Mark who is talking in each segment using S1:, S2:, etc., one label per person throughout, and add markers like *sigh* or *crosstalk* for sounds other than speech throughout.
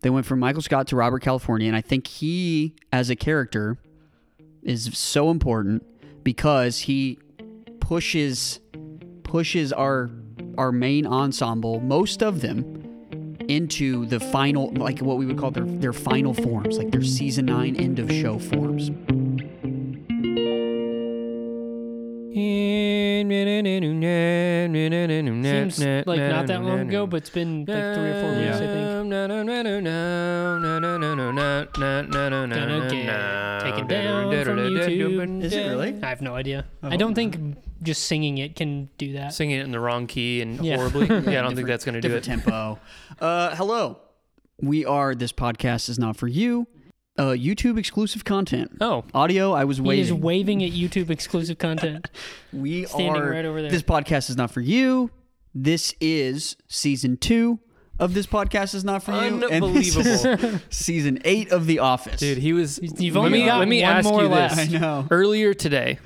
S1: They went from Michael Scott to Robert California, and I think he, as a character, is so important because he pushes pushes our our main ensemble, most of them, into the final, like what we would call their their final forms, like their season nine end of show forms.
S2: Seems
S3: Seems
S2: like not that long ago, but it's been like three or four weeks, I think. Gonna get taken down from YouTube.
S1: Is it really?
S2: I have no idea.
S1: Oh.
S2: I don't think just singing it can do that.
S3: Singing it in the wrong key and
S2: Yeah.
S3: horribly. *laughs* Yeah, I
S2: *laughs*
S3: don't think that's going to do
S1: different
S3: it.
S1: tempo. Uh, hello, we are. This podcast is not for you. Uh, YouTube exclusive content.
S3: Oh,
S1: Audio. I was
S2: He is
S1: waiting.
S2: waving at YouTube
S1: *laughs*
S2: exclusive content.
S1: we
S2: standing
S1: are.
S2: right over there.
S1: This podcast is not for you. This is season two of this podcast is not for you. and this is
S2: *laughs*
S3: Unbelievable.
S1: *laughs* season eight of The Office.
S3: dude, he was.
S2: You've
S3: let
S2: only
S3: me,
S2: got
S3: let me
S2: one
S3: ask
S2: more
S3: you
S2: left. *laughs*
S3: this.
S1: I know.
S3: Earlier today,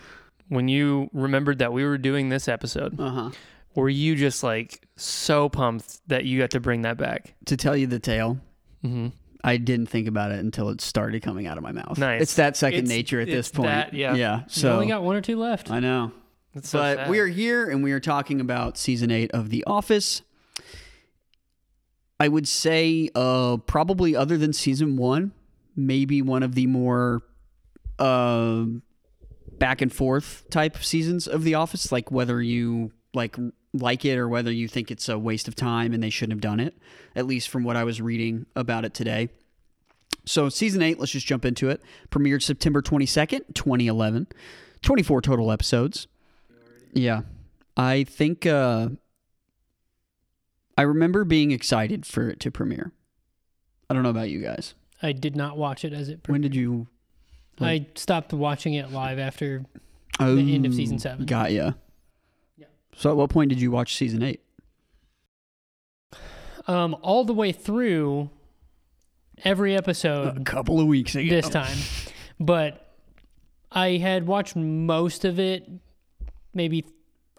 S3: when you remembered that we were doing this episode,
S1: Uh huh.
S3: were you just like so pumped that you got to bring that back?
S1: To tell you the tale.
S3: Mhm.
S1: I didn't think about it until it started coming out of my mouth.
S3: Nice.
S1: It's that second
S3: It's-
S1: nature at this
S3: it's
S1: point.
S3: that, yeah.
S1: Yeah.
S2: You've
S1: So
S2: only got one or two left.
S1: I know.
S3: That's so
S1: but
S3: sad.
S1: we are here and we are talking about season eight of The Office. I would say, uh, probably other than season one, maybe one of the more uh, back and forth type seasons of The Office, like whether you like like it or whether you think it's a waste of time and they shouldn't have done it. At least from what I was reading about it today. So season eight, let's just jump into it. Premiered September twenty second, twenty eleven. Twenty four total episodes. Yeah. I think uh I remember being excited for it to premiere. I don't know about you guys.
S2: I did not watch it as it.
S1: When did you
S2: I stopped watching it live after. The end of season
S1: Oh,
S2: seven.
S1: Got ya.
S2: Yeah.
S1: So at what point did you watch season eight?
S2: Um, all the way through every
S1: A
S2: episode
S1: couple of weeks ago.
S2: Uh, this time, but I had watched most of it maybe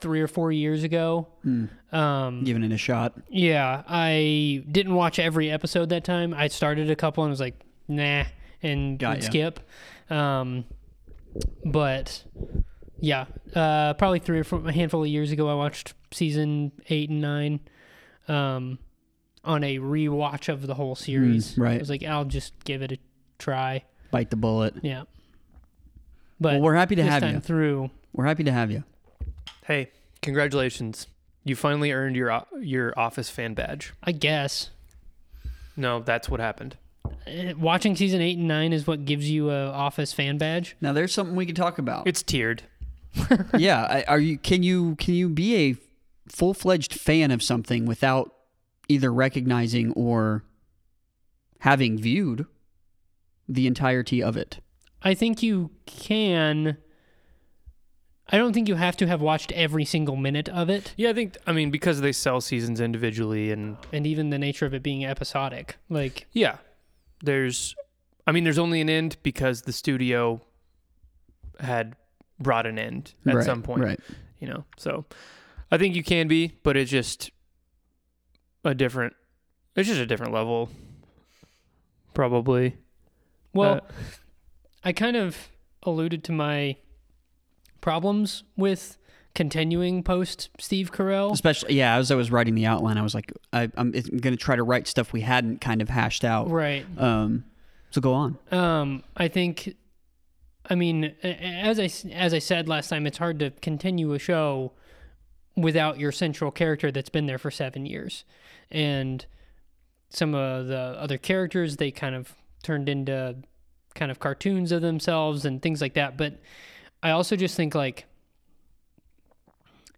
S2: three or four years ago.
S1: Hmm.
S2: Um,
S1: Giving it a shot.
S2: Yeah, I didn't watch every episode that time. I started a couple and was like, nah, and
S1: Got
S2: would
S1: ya.
S2: skip. Um, but yeah, uh, probably three or four, a handful of years ago, I watched season eight and nine um, on a rewatch of the whole series.
S1: Mm, right.
S2: I was like, I'll just give it a try.
S1: Bite the bullet.
S2: Yeah. But
S1: well, we're happy to
S2: this
S1: have
S2: time
S1: you.
S2: through,
S1: We're happy to have you.
S3: Hey, congratulations! You finally earned your o- your office fan badge.
S2: I guess.
S3: No, that's what happened.
S2: eh, Watching season eight and nine is what gives you a office fan badge.
S1: Now there's something we can talk about.
S3: It's tiered.
S1: *laughs* yeah, I, are you? Can you? Can you be a full fledged fan of something without either recognizing or having viewed the entirety of it?
S2: I think you can. I don't think you have to have watched every single minute of it,
S3: Yeah, I think. I mean, because they sell seasons individually, and
S2: and even the nature of it being episodic. Like,
S3: yeah, there's. I mean, there's only an end because the studio had brought an end at
S1: Right,
S3: some point.
S1: right?
S3: You know, so I think you can be, but it's just a different. It's just a different level, probably.
S2: well,
S3: Uh,
S2: I kind of alluded to my problems with continuing post Steve Carell.
S1: Especially, yeah. As I was writing the outline, I was like, I, I'm, it's- I'm going to try to write stuff we hadn't kind of hashed out.
S2: Right.
S1: Um, so go on.
S2: Um, I think, I mean, a- a- as I s- as I said last time, it's hard to continue a show without your central character that's been there for seven years, and some of the other characters they kind of turned into kind of cartoons of themselves and things like that. But I also just think like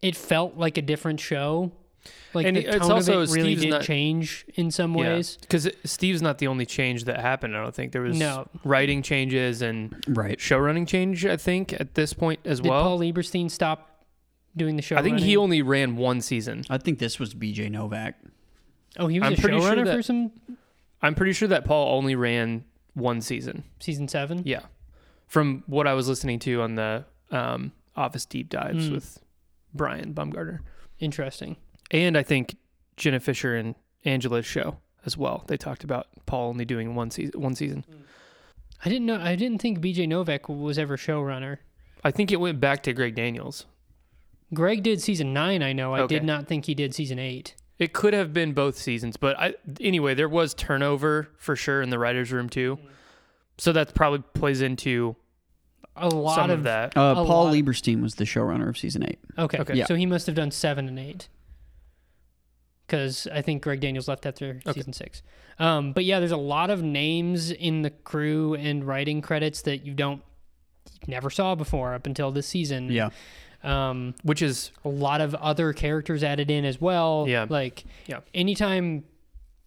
S2: it felt like a different show. Like
S3: And
S2: the
S3: it's
S2: tone
S3: also
S2: of it really
S3: Steve's
S2: did
S3: not-
S2: change in some ways.
S3: Because Steve's not the only change that happened. I don't think there was
S2: No.
S3: writing changes and
S1: Right.
S3: show running change. I think at this point as
S2: Did
S3: well.
S2: Paul Lieberstein stop doing the show?
S3: I think he
S2: running?
S3: only ran one season.
S1: I think this was B.J. Novak.
S2: Oh, he was
S3: I'm
S2: a
S3: pretty sure
S2: showrunner
S3: that-
S2: for some
S3: I'm pretty sure that Paul only ran one season.
S2: season seven.
S3: Yeah, from what I was listening to on the um, Office deep dives
S2: Mm.
S3: with Brian Baumgartner,
S2: Interesting.
S3: and I think Jenna Fisher and Angela's show. as well. They talked about Paul only doing one season. One season.
S2: I didn't know. I didn't think B.J. Novak was ever showrunner.
S3: I think it went back to Greg Daniels.
S2: Greg did season nine. I know. I
S3: Okay.
S2: did not think he did season eight.
S3: It could have been both seasons, but I anyway, there was turnover for sure in the writers' room too. So that probably plays into
S2: A lot
S3: some of, that.
S1: Uh,
S2: A
S1: Paul
S2: lot.
S1: Lieberstein was the showrunner of season eight.
S2: Okay.
S3: Okay.
S1: Yeah.
S2: So he must have done seven and eight. Because I think Greg Daniels left after season six. Um, but yeah, there's a lot of names in the crew and writing credits that you don't you never saw before up until this season.
S1: Yeah.
S2: Um,
S3: which is
S2: a lot of other characters added in as well.
S3: Yeah.
S2: Like
S3: Yeah.
S2: anytime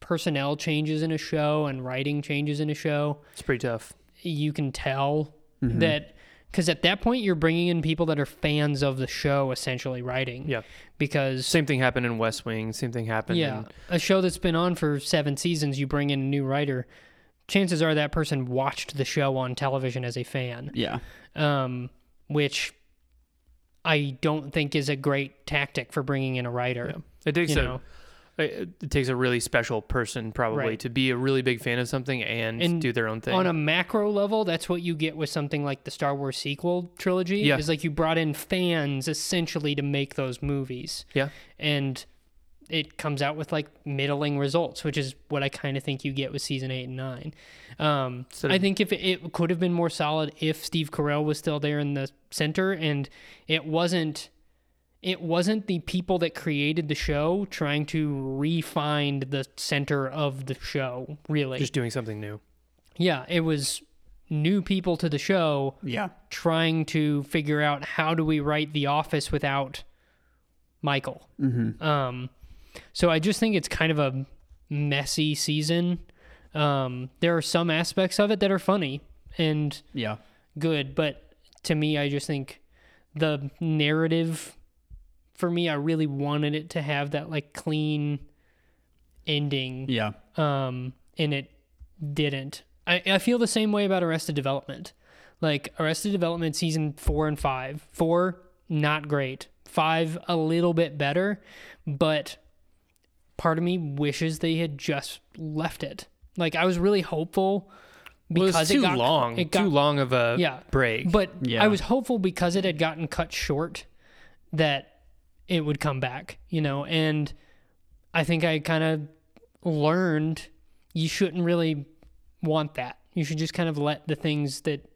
S2: personnel changes in a show and writing changes in a show,
S3: it's pretty tough.
S2: you can tell
S1: Mm-hmm.
S3: Mm-hmm.
S2: that because at that point you're bringing in people that are fans of the show essentially writing
S3: Yeah.
S2: because
S3: Same thing happened in West Wing. Same thing happened.
S2: yeah
S3: in-
S2: a show that's been on for seven seasons you bring in a new writer chances are that person watched the show on television as a fan
S1: Yeah.
S2: um, which i don't think is a great tactic for bringing in a writer
S3: it takes
S2: you
S3: a
S2: know
S3: it it takes a really special person probably
S2: Right.
S3: to be a really big fan of something and,
S2: And
S3: do their own thing.
S2: on a macro level, that's what you get with something like the Star Wars sequel trilogy.
S3: Yeah.
S2: Is like you brought in fans essentially to make those movies.
S3: yeah,
S2: And it comes out with like middling results, which is what I kind of think you get with season eight and nine. Um,
S3: Sort
S2: I
S3: of-
S2: think if it, it could have been more solid if Steve Carell was still there in the center, and it wasn't. It wasn't the people that created the show trying to refine the center of the show, really.
S3: just doing something new.
S2: Yeah, it was new people to the show
S1: Yeah.
S2: trying to figure out how do we write The Office without Michael. Mm-hmm. Um, so I just think it's kind of a messy season. Um, there are some aspects of it that are funny and
S1: Yeah.
S2: good, but to me, I just think the narrative for me, I really wanted it to have that like clean ending
S1: Yeah.
S2: um, and it didn't. I, I feel the same way about Arrested Development. Like Arrested Development season four and five. Four, not great. Five, a little bit better, but part of me wishes they had just left it. Like I was really hopeful
S3: Well,
S2: because
S3: it's too
S2: it got
S3: long,
S2: It got,
S3: too long of a
S2: Yeah.
S3: break.
S2: But
S1: Yeah.
S2: I was hopeful because it had gotten cut short that it would come back, you know, and I think I kind of learned you shouldn't really want that. You should just kind of let the things that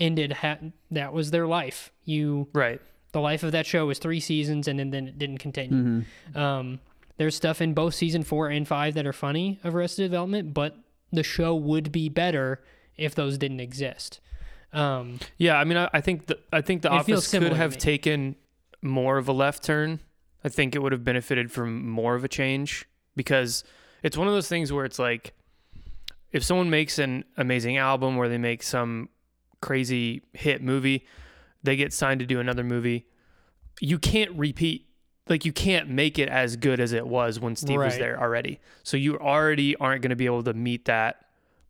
S2: ended ha- that was their life. You
S3: right,
S2: the life of that show was three seasons and then, then it didn't continue. Um, there's stuff in both season four and five that are funny of Arrested Development, but the show would be better if those didn't exist. Um,
S3: yeah. I mean, I, I think the I think the
S2: It feels
S3: office
S2: similar
S3: could
S2: to
S3: have
S2: me.
S3: taken more of a left turn. I think it would have benefited from more of a change because it's one of those things where it's like if someone makes an amazing album or they make some crazy hit movie, they get signed to do another movie. You can't repeat like you can't make it as good as it was when Steve was
S2: Right.
S3: there already. So you already aren't going to be able to meet that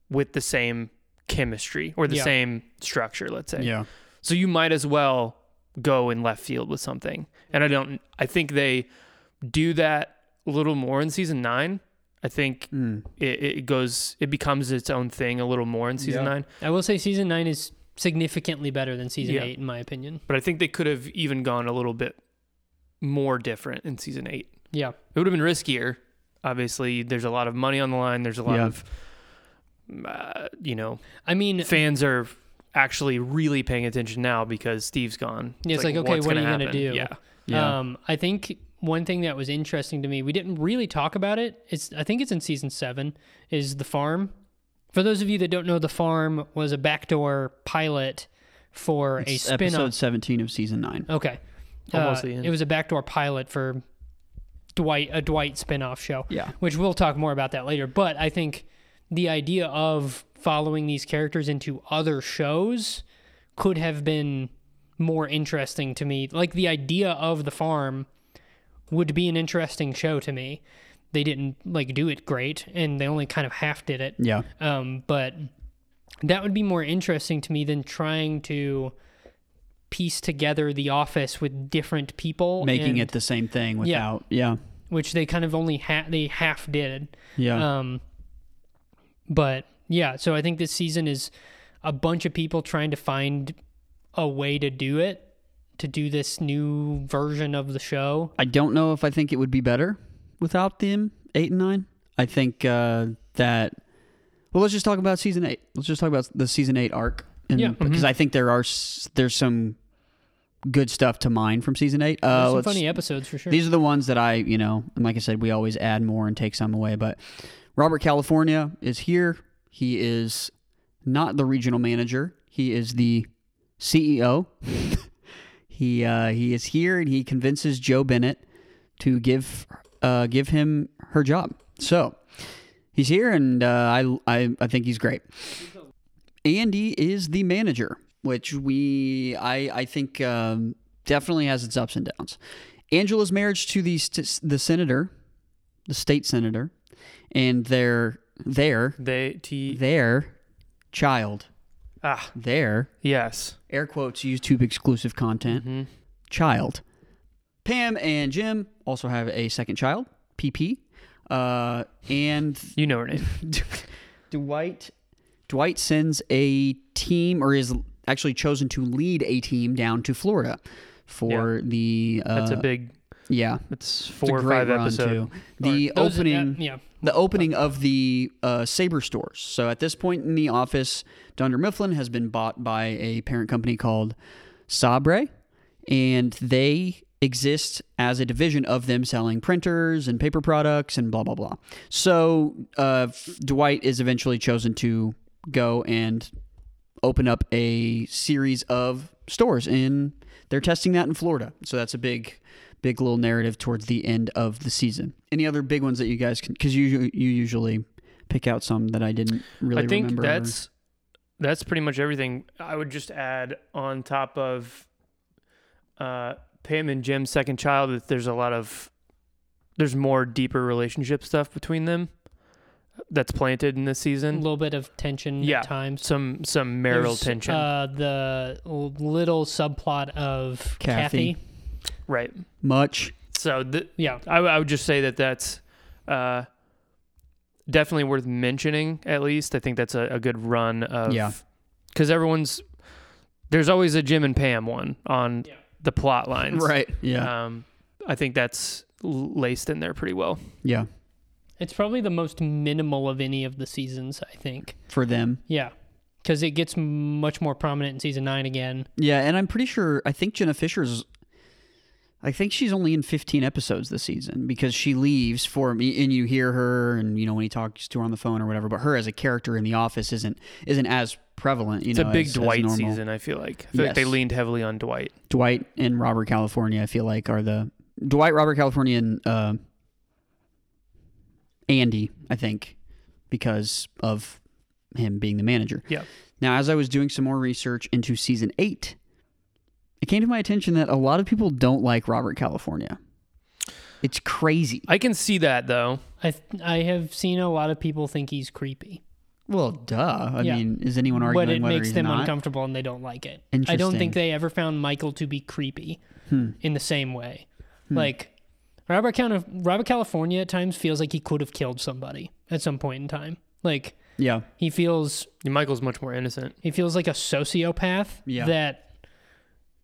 S3: with the same chemistry or the
S2: Yeah.
S3: same structure, let's say.
S1: Yeah.
S3: So you might as well go in left field with something. And I don't I think they do that a little more in season 9. I think
S1: Mm.
S3: it, it goes it becomes its own thing a little more in season
S1: Yeah.
S3: 9.
S2: I will say season nine is significantly better than season
S3: Yeah.
S2: eight, in my opinion.
S3: But I think they could have even gone a little bit more different in season 8.
S2: Yeah.
S3: It would have been riskier. Obviously, there's a lot of money on the line. There's a lot
S1: Yeah.
S3: of uh, you know,
S2: I mean,
S3: fans are actually really paying attention now because Steve's gone.
S2: Yeah, it's like, okay,
S3: what's
S2: what are
S3: gonna
S2: you gonna
S3: happen?
S2: do?
S3: Yeah.
S1: Yeah.
S2: um, I think one thing that was interesting to me, we didn't really talk about it. It's I think it's in season seven, is the farm. For those of you that don't know, the farm was a backdoor pilot for a
S1: It's
S2: spin-off.
S1: episode 17 of season nine.
S2: Okay.
S3: Almost
S2: Uh,
S3: the end.
S2: It was a backdoor pilot for Dwight, a Dwight spinoff show.
S1: Yeah.
S2: Which we'll talk more about that later. But I think the idea of following these characters into other shows could have been more interesting to me. Like the idea of the farm would be an interesting show to me. They didn't like do it great, and they only kind of half did it.
S1: Yeah.
S2: Um, but that would be more interesting to me than trying to piece together the office with different people
S1: Making
S2: and-
S1: it the same thing without. Yeah.
S2: which they kind of only ha- they half did.
S1: Yeah.
S2: Um, but yeah, so I think this season is a bunch of people trying to find a way to do it, to do this new version of the show.
S1: I don't know if I think it would be better without them eight and nine. I think uh, that. Well, let's just talk about season eight. Let's just talk about the season eight arc, and,
S2: Yeah. mm-hmm.
S1: because I think there are s- there's some good stuff to mine from season eight. Uh,
S2: There's some
S1: let's-
S2: funny episodes for sure.
S1: These are the ones that I, you know, and like I said, we always add more and take some away. But Robert California is here. He is not the regional manager. He is the CEO. *laughs* he uh, he is here and he convinces Joe Bennett to give uh, give him her job. So he's here and uh, I, I I think he's great. Andy is the manager, which we I I think um, definitely has its ups and downs. Angela's marriage to the st- the senator, the state senator, and their their
S3: They t
S1: their child,
S3: ah
S1: their
S3: yes.
S1: air quotes YouTube exclusive content child. Pam and Jim also have a second child, PP, uh, and
S3: You know her name.
S1: Dwight Dwight sends a team or is actually chosen to lead a team down to Florida for the uh,
S3: That's a big.
S1: yeah
S3: That's
S1: It's a
S3: four or
S1: great
S3: five
S1: run,
S3: episodes.
S1: too. The
S2: Those- that-
S1: opening
S2: yeah.
S1: the opening of the uh, Saber stores. So at this point in the office, Dunder Mifflin has been bought by a parent company called Sabre, and they exist as a division of them selling printers and paper products and blah blah blah. So uh, Dwight is eventually chosen to go and open up a series of stores in they're testing that in Florida. So that's a big big little narrative towards the end of the season. Any other big ones that you guys can cuz you you usually pick out some that I didn't really
S3: I think
S1: remember.
S3: that's that's pretty much everything. I would just add on top of uh, Pam and Jim's second child that there's a lot of there's more deeper relationship stuff between them that's planted in this
S2: A
S3: season.
S2: little bit of tension
S3: Yeah.
S2: at times.
S3: Some some marital
S2: There's,
S3: tension,
S2: Uh, the l- little subplot of
S1: Kathy.
S2: Kathy.
S3: right?
S1: much
S3: So th-
S2: Yeah.
S3: I, I would just say that that's uh, definitely worth mentioning. At least I think that's a, a good run of
S1: Yeah.
S3: because everyone's there's always a Jim and Pam one on
S2: Yeah.
S3: the plot lines,
S1: right. Yeah.
S3: Um, I think that's l- laced in there pretty well.
S1: yeah.
S2: It's probably the most minimal of any of the seasons, I think.
S1: For them.
S2: Yeah. Because it gets much more prominent in season nine again.
S1: Yeah, and I'm pretty sure I think Jenna Fisher's I think she's only in 15 episodes this season because she leaves for me and you hear her and you know when he talks to her on the phone or whatever, but her as a character in the office isn't isn't as prevalent, you
S3: It's
S1: know.
S3: a big
S1: as- as
S3: Dwight
S1: normal.
S3: season. I feel like I feel like they
S1: Yes.
S3: leaned heavily on Dwight.
S1: Dwight and Robert California, I feel like, are the Dwight, Robert California, and uh, Andy, I think, because of him being the manager.
S3: Yeah.
S1: Now, as I was doing some more research into season eight, it came to my attention that a lot of people don't like Robert California. It's crazy.
S3: I can see that though.
S2: I th- I have seen a lot of people think he's creepy,
S1: Well, duh. I
S2: Yeah.
S1: mean, is anyone arguing
S2: but it
S1: whether
S2: makes
S1: he's
S2: them
S1: not?
S2: uncomfortable and they don't like it. I don't
S1: Interesting.
S2: think they ever found Michael to be creepy
S1: Hmm.
S2: in the same way. Like Robert Count Robert California at times feels like he could have killed somebody at some point in time. Like
S1: Yeah.
S2: he feels
S3: Michael's much more innocent.
S2: he feels like a sociopath
S1: Yeah.
S2: that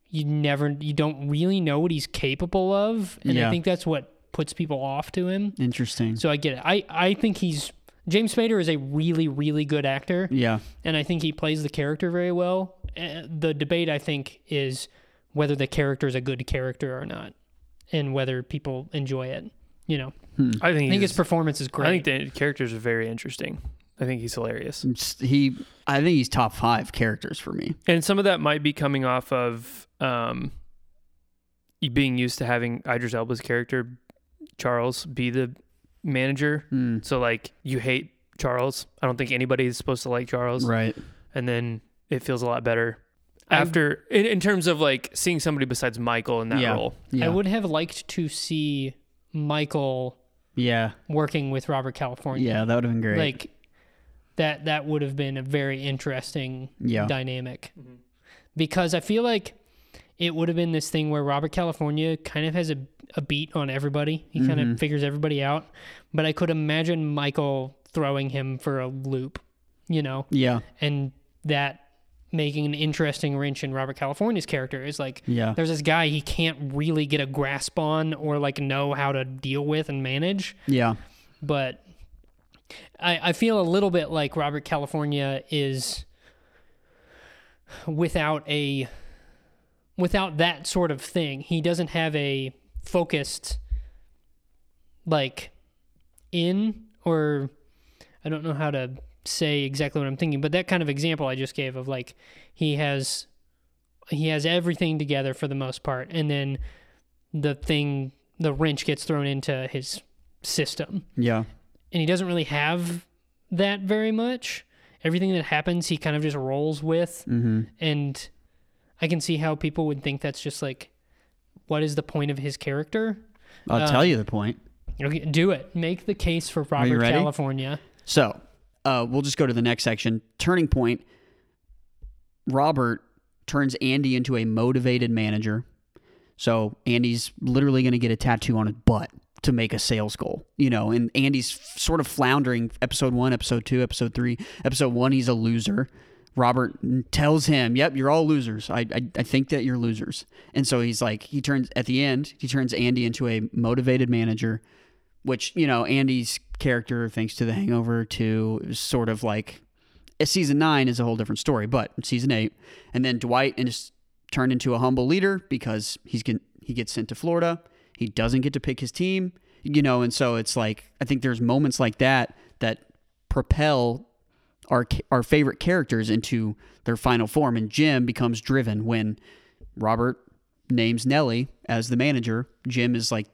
S2: you never you don't really know what he's capable of, and
S1: Yeah.
S2: I think that's what puts people off to him.
S1: Interesting.
S2: So I get it. I, I think he's James Spader is a really really good actor,
S1: yeah.
S2: and I think he plays the character very well. Uh, The debate I think is whether the character is a good character or not, and whether people enjoy it. You know,
S1: Hmm.
S3: I think
S2: I think his
S3: he's,
S2: performance is great.
S3: I think the characters are very interesting. I think he's hilarious.
S1: He, I think he's top five characters for me.
S3: And some of that might be coming off of um, you being used to having Idris Elba's character, Charles, be the manager.
S1: Hmm.
S3: So, like, you hate Charles. I don't think anybody is supposed to like Charles.
S1: Right.
S3: And then it feels a lot better
S2: I-
S3: after, in, in terms of like seeing somebody besides Michael in that
S1: Yeah.
S3: role.
S1: Yeah.
S2: I would have liked to see Michael
S1: Yeah.
S2: working with Robert California.
S1: Yeah, that would have been great.
S2: Like that that would have been a very interesting
S1: yeah.
S2: dynamic because I feel like it would have been this thing where Robert California kind of has a a beat on everybody. He kind
S1: Mm-hmm.
S2: of figures everybody out. But I could imagine Michael throwing him for a loop, you know,
S1: Yeah.
S2: and that making an interesting wrench in Robert California's character is like
S1: Yeah.
S2: there's this guy he can't really get a grasp on or like know how to deal with and manage
S1: Yeah.
S2: but I, I feel a little bit like Robert California is without a without that sort of thing. He doesn't have a focused like in or I don't know how to say exactly what I'm thinking, but that kind of example I just gave of like he has he has everything together for the most part and then the thing the wrench gets thrown into his system
S1: Yeah.
S2: and he doesn't really have that very much. Everything that happens, he kind of just rolls with,
S3: Mm-hmm.
S2: and I can see how people would think that's just like, what is the point of his character?
S1: I'll tell you the point.
S2: Okay, do it. Make the case for
S1: you
S2: Robert
S1: ready?
S2: California.
S1: So uh, we'll just go to the next section. Turning point. Robert turns Andy into a motivated manager. So Andy's literally going to get a tattoo on his butt to make a sales goal, you know. And Andy's f- sort of floundering. Episode one, episode two, episode three, episode one. He's a loser. Robert n- tells him, "Yep, you're all losers. I, I I think that you're losers." And so he's like, he turns at the end, he turns Andy into a motivated manager, which you know Andy's character, thanks to The Hangover, too, is sort of like season nine is a whole different story, but season eight, and then Dwight is turned into a humble leader because he's get, he gets sent to Florida. He doesn't get to pick his team, you know, and so it's like I think there's moments like that that propel our ca- our favorite characters into their final form, and Jim becomes driven when Robert names Nelly as the manager. Jim is like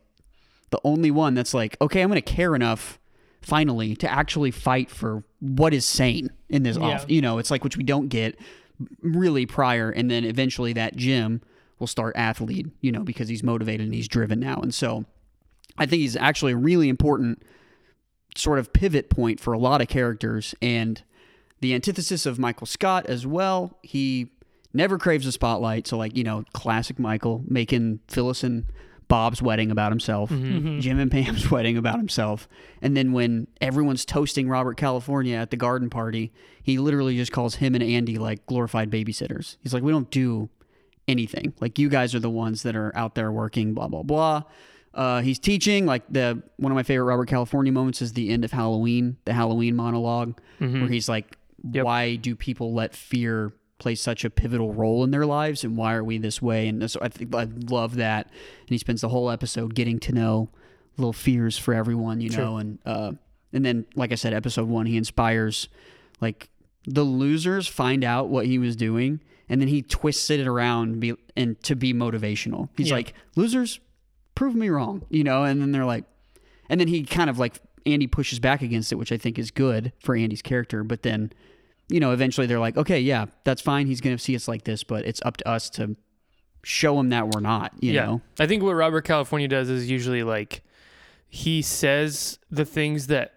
S1: the only one that's like, okay, I'm going to care enough finally to actually fight for what is sane in this off.
S2: Yeah.
S1: You know, it's like which we don't get really prior, and then eventually that Jim will start athlete. You know, because he's motivated and he's driven now, and so I think he's actually a really important sort of pivot point for a lot of characters and the antithesis of Michael Scott as well. He never craves the spotlight. So, like, you know, classic Michael making Phyllis and Bob's wedding about himself, Jim and Pam's *laughs* wedding about himself. And then when everyone's toasting Robert California at the garden party, he literally just calls him and Andy like glorified babysitters. He's like, we don't do anything. Like, you guys are the ones that are out there working, blah, blah, blah. Uh, he's teaching. Like the one of my favorite Robert California moments is the end of Halloween, the Halloween monolog where he's like,
S3: Yep.
S1: "Why do people let fear play such a pivotal role in their lives, and why are we this way?" And so I think I love that. And he spends the whole episode getting to know little fears for everyone, you know. And uh, and then, like I said, episode one, he inspires like the losers find out what he was doing, and then he twists it around and, be, and to be motivational. He's
S2: Yeah.
S1: like, "Losers, prove me wrong," you know. And then they're like. And then he kind of like Andy pushes back against it, which I think is good for Andy's character. But then, you know, eventually they're like, okay, yeah, that's fine. He's going to see us like this, but it's up to us to show him that we're not, you
S3: yeah.
S1: know?
S3: I think what Robert California does is usually like he says the things that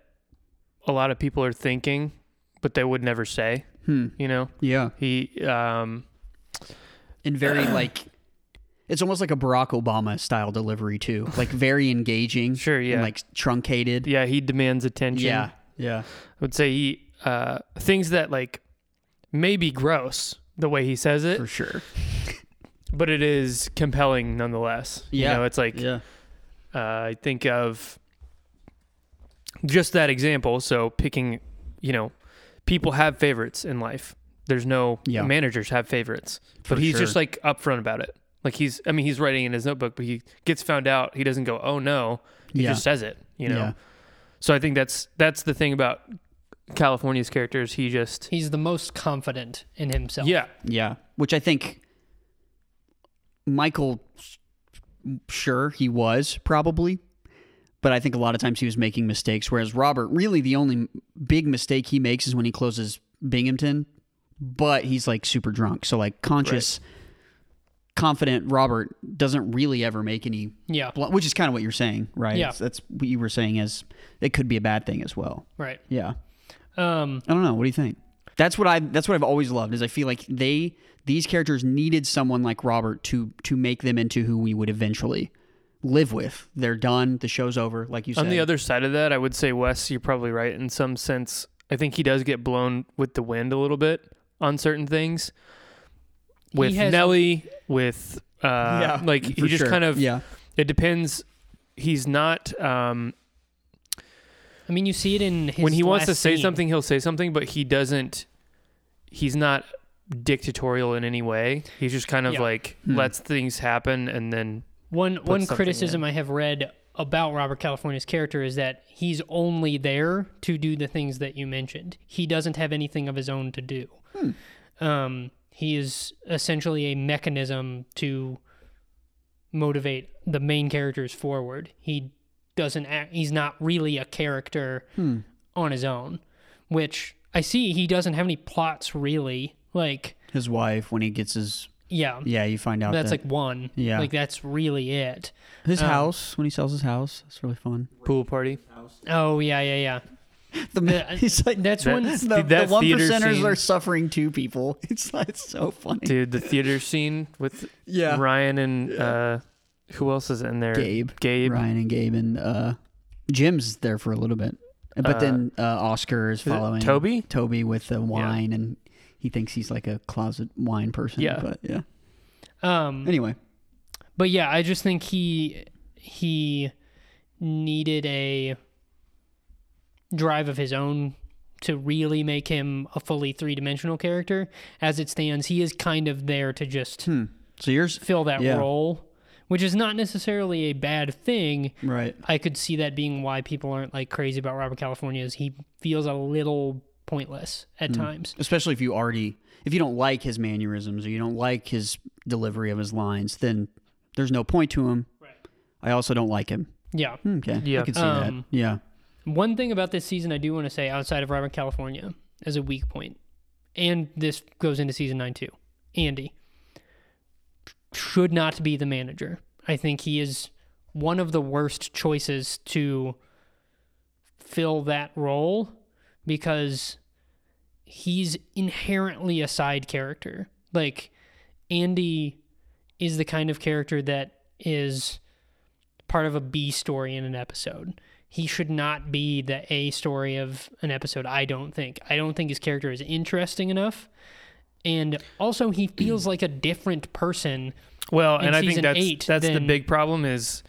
S3: a lot of people are thinking, but they would never say.
S1: Hmm.
S3: You know,
S1: Yeah.
S3: he um,
S1: And very
S3: *clears throat*
S1: like, it's almost like a Barack Obama style delivery,
S3: *laughs*
S1: too. Like very engaging.
S3: Sure, yeah.
S1: And like truncated.
S3: yeah he demands attention.
S1: Yeah. Yeah.
S3: I would say he uh, things that like may be gross the way he says it,
S1: For sure.
S3: but it is compelling nonetheless.
S1: Yeah.
S3: you know, it's like
S1: Yeah.
S3: uh, I think of just that example. So picking, you know, people have favorites in life. There's no
S1: Yeah.
S3: managers have favorites,
S1: For
S3: but he's just
S1: sure.
S3: like upfront about it. Like he's, I mean, he's writing in his notebook, but he gets found out. He doesn't go, oh no. He
S1: Yeah.
S3: just says it, you know.
S1: Yeah.
S3: So I think that's that's the thing about California's characters. He just,
S2: He's the most confident in himself.
S3: yeah,
S1: Yeah, which I think Michael, sure he was probably, but I think a lot of times he was making mistakes. Whereas Robert, really the only big mistake he makes is when he closes Binghamton, but he's like super drunk, so like conscious, confident Robert doesn't really ever make any,
S2: Yeah.
S1: blunt, which is kind of what you're saying, right?
S2: Yeah.
S1: that's what you were saying is it could be a bad thing as well.
S2: Right.
S1: Yeah.
S2: Um,
S1: I don't know. What do you think? That's what I. That's what I've always loved. Is I feel like they these characters needed someone like Robert to to make them into who we would eventually live with. They're done. The show's over. Like you said.
S3: On the other side of that, I would say Wes, you're probably right in some sense. I think he does get blown with the wind a little bit on certain things.
S2: He
S3: With
S2: has-
S3: Nelly, with uh,
S1: yeah,
S3: like he
S1: for
S3: just
S1: sure.
S3: kind of
S1: yeah.
S3: it depends. He's not um,
S2: I mean, you see it in his
S3: when he wants
S2: last
S3: to say
S2: scene.
S3: something, he'll say something, but he doesn't. He's not dictatorial in any way. He's just kind of
S2: Yeah.
S3: like
S1: Hmm.
S3: lets things happen, and then
S2: One one
S3: something
S2: criticism I have read about Robert California's character is that he's only there to do the things that you mentioned. He doesn't have anything of his own to do. Um, he is essentially a mechanism to motivate the main characters forward. He doesn't act, he's not really a character on his own, which I see he doesn't have any plots really. Like,
S1: His wife when he gets his
S2: yeah,
S1: yeah. You find out
S2: that's
S1: that
S2: like one.
S1: Yeah.
S2: Like that's really it.
S1: his
S3: um,
S1: house when he sells his house. That's really fun.
S3: pool party.
S2: Oh yeah, yeah, yeah.
S1: The, *laughs* he's like
S2: That's
S3: That-
S2: one.
S3: that's-
S1: the,
S3: Dude,
S1: the one
S3: theater
S1: percenters
S3: scene-
S1: are suffering too. People, *laughs* it's like it's so funny.
S3: Dude, the theater scene with
S1: yeah,
S3: Ryan and uh, who else is in there?
S1: Gabe.
S3: Gabe.
S1: Ryan and Gabe and uh, Jim's there for a little bit, but
S3: Uh,
S1: then uh, Oscar is
S3: it
S1: following
S3: Toby?
S1: Toby with the wine, and he thinks he's like a closet wine person.
S3: Yeah.
S1: but yeah.
S2: Um,
S1: Anyway,
S2: but yeah, I just think he he needed a drive of his own to really make him a fully three dimensional character. As it stands, he is kind of there to just
S1: so yours
S2: fill that
S1: Yeah.
S2: role, which is not necessarily a bad thing.
S1: right?
S2: I could see that being why people aren't like crazy about Robert California is he feels a little pointless at times.
S1: especially if you already if you don't like his mannerisms or you don't like his delivery of his lines, then there's no point to him. Right. I also don't like him. Hmm,
S2: Yeah.
S1: Okay,
S3: Yeah.
S1: I can see
S2: Um,
S1: that. Yeah,
S2: One thing about this season I do want to say outside of Robert California as a weak point, and this goes into season nine too, Andy should not be the manager. I think he is one of the worst choices to fill that role because he's inherently a side character. Like Andy is the kind of character that is part of a B story in an episode. He should not be the A story of an episode, I don't think. I don't think his character is interesting enough. And also he feels like a different person.
S3: Well,
S2: in
S3: and I think
S2: season
S3: that's
S2: eight,
S3: that's the
S2: then-
S3: big problem is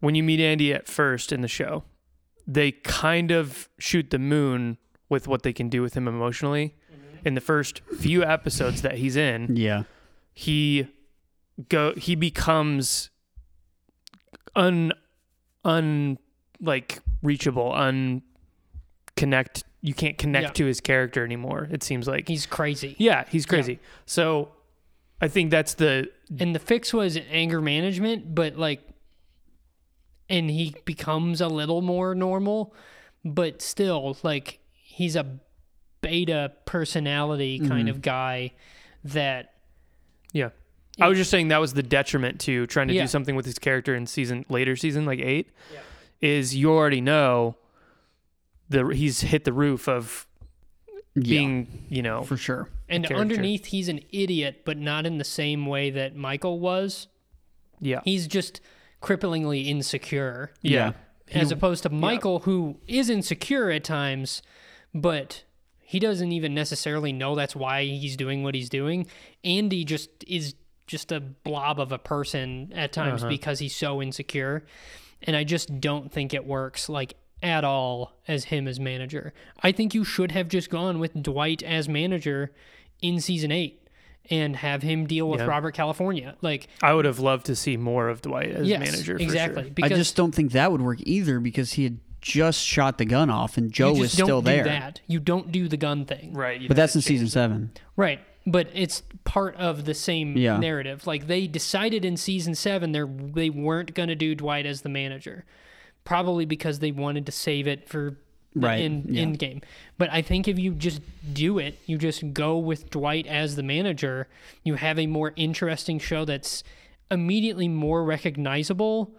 S3: when you meet Andy at first in the show, they kind of shoot the moon with what they can do with him emotionally.
S2: Mm-hmm.
S3: In the first few episodes that he's in,
S1: yeah,
S3: he go he becomes un un like reachable, un connect you can't connect
S2: Yeah.
S3: to his character anymore, it seems like.
S2: He's crazy.
S3: yeah, he's crazy. So I think that's the
S2: And the fix was anger management, but like and he becomes a little more normal, but still like he's a beta personality kind of guy that
S3: Yeah. I was just saying that was the detriment to trying to
S2: Yeah.
S3: do something with his character in season later season like 8 is you already know the he's hit the roof of
S1: yeah,
S3: being, you know,
S1: for sure.
S2: and
S3: character.
S2: underneath he's an idiot, but not in the same way that Michael was.
S3: yeah.
S2: He's just cripplingly insecure.
S3: yeah.
S2: as opposed to Michael, who is insecure at times, but he doesn't even necessarily know that's why he's doing what he's doing. Andy just is just a blob of a person at times
S3: Uh-huh.
S2: because he's so insecure. And I just don't think it works like at all as him as manager. I think you should have just gone with Dwight as manager in season eight and have him deal with
S3: Yeah.
S2: Robert California. Like,
S3: I would have loved to see more of Dwight as
S2: yes,
S3: manager for
S2: exactly.
S3: sure.
S2: Because
S1: I just don't think that would work either because he had just shot the gun off and Joe
S2: you
S1: was
S2: just don't
S1: still
S2: do
S1: there.
S2: that. You don't do the gun thing.
S3: Right. you'd
S1: But
S3: have
S1: that's in
S3: to change-
S1: season seven.
S2: Right. But it's part of the same
S1: Yeah.
S2: narrative. Like they decided in season seven they they weren't gonna do Dwight as the manager. Probably because they wanted to save it for the
S1: Right,
S2: end,
S1: yeah.
S2: end game. But I think if you just do it, you just go with Dwight as the manager, you have a more interesting show that's immediately more recognizable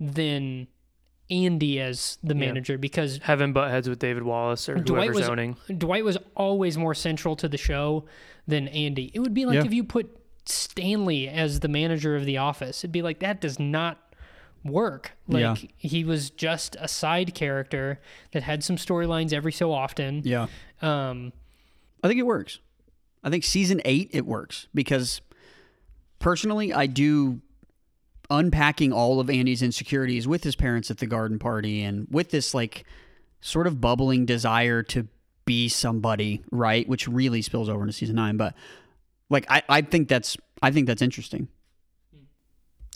S2: than Andy as the manager because
S3: have him butt heads with David Wallace or
S2: Dwight
S3: whoever's
S2: was
S3: owning.
S2: Dwight was always more central to the show than Andy. It would be like
S1: Yeah.
S2: if you put Stanley as the manager of the office. It'd be like that does not work.
S1: Yeah.
S2: Like he was just a side character that had some storylines every so often.
S1: Yeah.
S2: Um,
S1: I think it works. I think season eight, it works because personally, I do unpacking all of Andy's insecurities with his parents at the garden party and with this like sort of bubbling desire to be somebody, right? Which really spills over into season nine. But like, I, I think that's, I think that's interesting.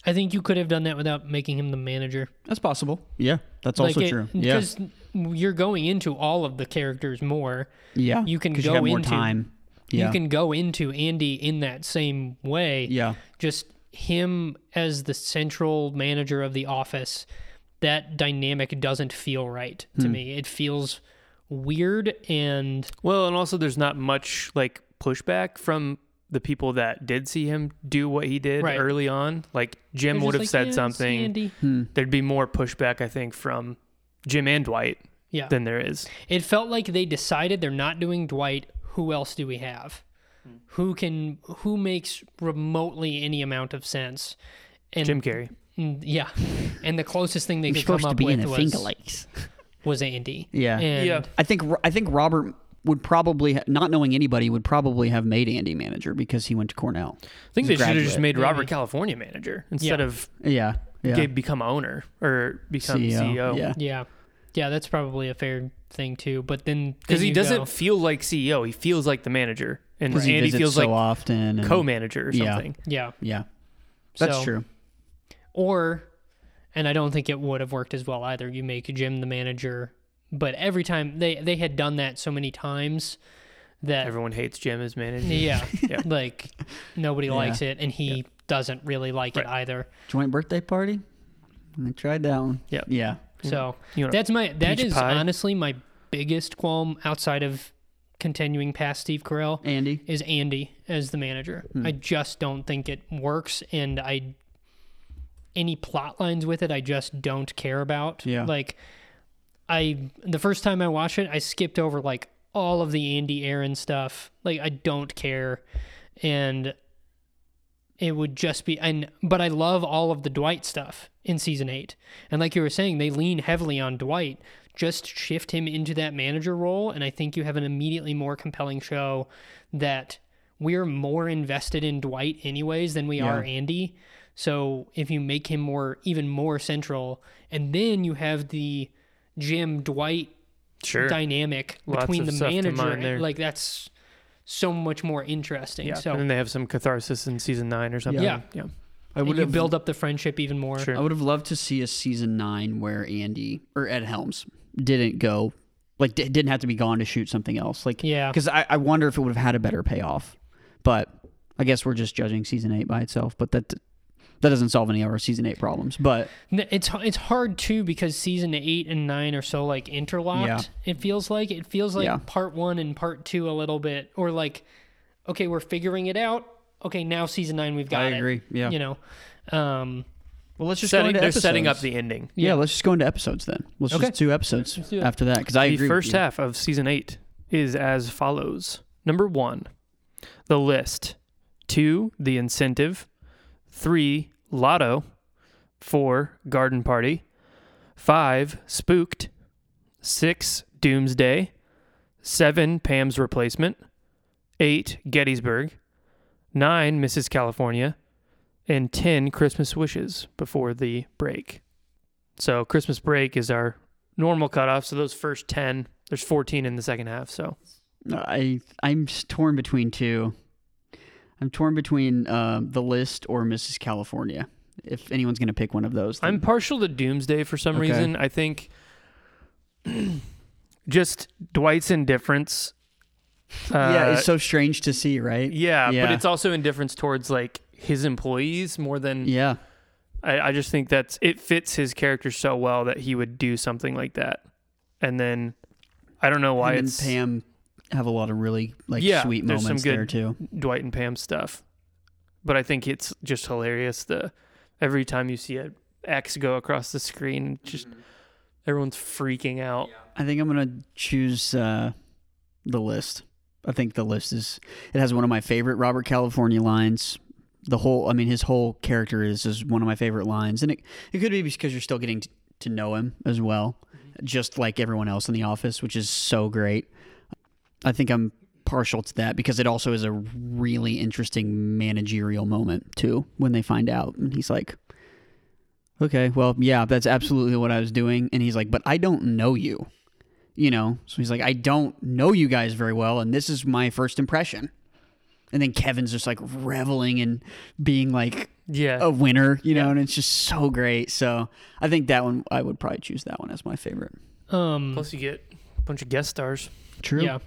S2: I think you could have done that without making him the manager.
S1: That's possible. Yeah. That's
S2: Like
S1: also
S2: it-
S1: true. Yeah.
S2: Because you're going into all of the characters more.
S1: Yeah.
S2: you can
S1: 'Cause
S2: go
S1: got more
S2: into-
S1: time. Yeah.
S2: You can go into Andy in that same way.
S1: yeah.
S2: Just him as the central manager of the office. That dynamic doesn't feel right
S1: Hmm.
S2: to me. It feels weird and
S3: Well, and also there's not much like pushback from the people that did see him do what he did
S2: Right.
S3: early on. Like Jim
S2: They're
S3: would have
S2: just like,
S3: said
S2: "Yeah, it's
S3: something.
S2: Andy."
S1: Hmm.
S3: There'd be more pushback, I think, from Jim and Dwight
S2: Yeah.
S3: than there is.
S2: It felt like they decided they're not doing Dwight. Who else do we have?
S1: Hmm.
S2: Who can who makes remotely any amount of sense? And
S3: Jim Carrey.
S2: mm, yeah. And the closest thing they
S1: You're
S2: could come
S1: supposed to
S2: up
S1: be in
S2: with
S1: a
S2: was
S1: Finger Lakes.
S2: was Andy.
S1: Yeah.
S2: And
S3: Yeah.
S1: I think I think Robert would probably ha- not knowing anybody would probably have made Andy manager because he went to Cornell.
S3: I think they
S1: He's a
S3: should have just
S1: graduate.
S3: made Robert
S2: Maybe.
S3: California manager instead
S2: Yeah.
S3: of
S1: Yeah, yeah,
S3: Gabe become owner or become E
S1: CEO.
S3: CEO.
S1: E Yeah,
S2: Yeah. Yeah, that's probably a fair thing too. But then
S3: Because
S2: then
S3: he
S2: you
S3: doesn't
S2: go-
S3: feel like CEO. He feels like the manager. And
S1: because he
S3: Andy
S1: visits
S3: feels
S1: so
S3: like
S1: often. and-
S3: co manager or
S1: Yeah.
S3: something.
S2: yeah.
S1: yeah, that's
S2: So-
S1: true.
S2: Or and I don't think it would have worked as well either. You make Jim the manager, but every time they they had done that so many times that
S3: Everyone hates Jim as manager.
S2: *laughs* Yeah.
S3: *laughs* Yeah.
S2: Like nobody likes it and he doesn't really like it
S3: Right.
S2: either.
S1: Joint birthday party. I tried that one.
S3: Yep.
S1: Yeah,
S2: So
S3: You wanna-
S2: that's my that
S3: Mm-hmm. Peach
S2: is
S3: pie?
S2: honestly my biggest qualm outside of continuing past Steve Carell
S1: Andy.
S2: is Andy as the manager. I just don't think it works and I any plot lines with it I just don't care about.
S1: Yeah.
S2: Like I the first time I watched it, I skipped over like all of the Andy Aaron stuff. Like I don't care, and it would just be and but I love all of the Dwight stuff in season eight. And like you were saying, they lean heavily on Dwight. Just shift him into that manager role, and I think you have an immediately more compelling show that we're more invested in Dwight anyways than we are Andy. So if you make him more even more central, and then you have the Jim Dwight
S3: Sure.
S2: dynamic
S3: Lots
S2: between
S3: of
S2: the
S3: stuff to
S2: manager,
S3: mine there.
S2: and, like that's so much more interesting.
S3: Yeah. and
S2: So
S3: then they have some catharsis in season nine or something.
S2: Yeah.
S3: Yeah.
S1: I would
S2: you
S1: have
S2: build up the friendship even more.
S3: Sure.
S1: I would have loved to see a season nine where Andy or Ed Helms didn't go, like d- didn't have to be gone to shoot something else. Like,
S2: Yeah.
S1: because I, I wonder if it would have had a better payoff. But I guess we're just judging season eight by itself. But that that doesn't solve any of our season eight problems. But
S2: N- It's it's hard too because season eight and nine are so like interlocked. It feels like it feels like
S1: Yeah.
S2: part one and part two a little bit, or like okay, we're figuring it out. Okay, now season nine, we've got
S1: I
S2: it.
S1: agree, yeah.
S2: you know, um,
S1: well, let's just go
S3: Setting,
S1: into
S3: they're setting up
S1: episodes.
S3: the ending.
S1: Yeah, let's just go into episodes then. Let's
S2: Okay.
S1: just do episodes
S2: do it.
S1: after that because I
S3: the
S1: agree.
S3: first
S1: with you.
S3: half of season eight is as follows number one the list two the incentive three lotto four garden party five spooked six doomsday seven pam's replacement eight gettysburg nine mrs california and ten christmas wishes before the break so christmas break is our normal cutoff. So those first ten, there's 14 in the second half. So
S1: I I'm s- torn between two. I'm torn between um, the list or Mrs. California. If anyone's going to pick one of those, then-
S3: I'm partial to Doomsday for some
S1: Okay.
S3: reason. I think *clears throat* just Dwight's indifference.
S1: yeah,
S3: uh,
S1: it's so strange to see, right?
S3: yeah,
S1: yeah.
S3: but it's also indifference towards like his employees more than
S1: Yeah,
S3: I, I just think that's it fits his character so well that he would do something like that. And then I don't know why
S1: Him and
S3: it's
S1: Pam have a lot of really like
S3: Yeah,
S1: sweet
S3: there's some
S1: moments
S3: good-
S1: there too.
S3: Dwight and Pam stuff. But I think it's just hilarious the every time you see a X go across the screen, just everyone's freaking out.
S1: I think I'm gonna choose uh, the list. I think the list is it has one of my favorite Robert California lines. the whole i mean his whole character is is one of my favorite lines and it, it could be because you're still getting t- to know him as well just like everyone else in the office which is so great i think i'm partial to that because it also is a really interesting managerial moment too when they find out and he's like okay well yeah that's absolutely what i was doing and he's like but i don't know you you know so he's like i don't know you guys very well and this is my first impression and then kevin's just like reveling in being like
S3: Yeah.
S1: a winner you know and it's just so great so i think that one i would probably choose that one as my favorite
S2: Um,
S3: Plus, you get a bunch of guest stars.
S1: true
S2: yeah.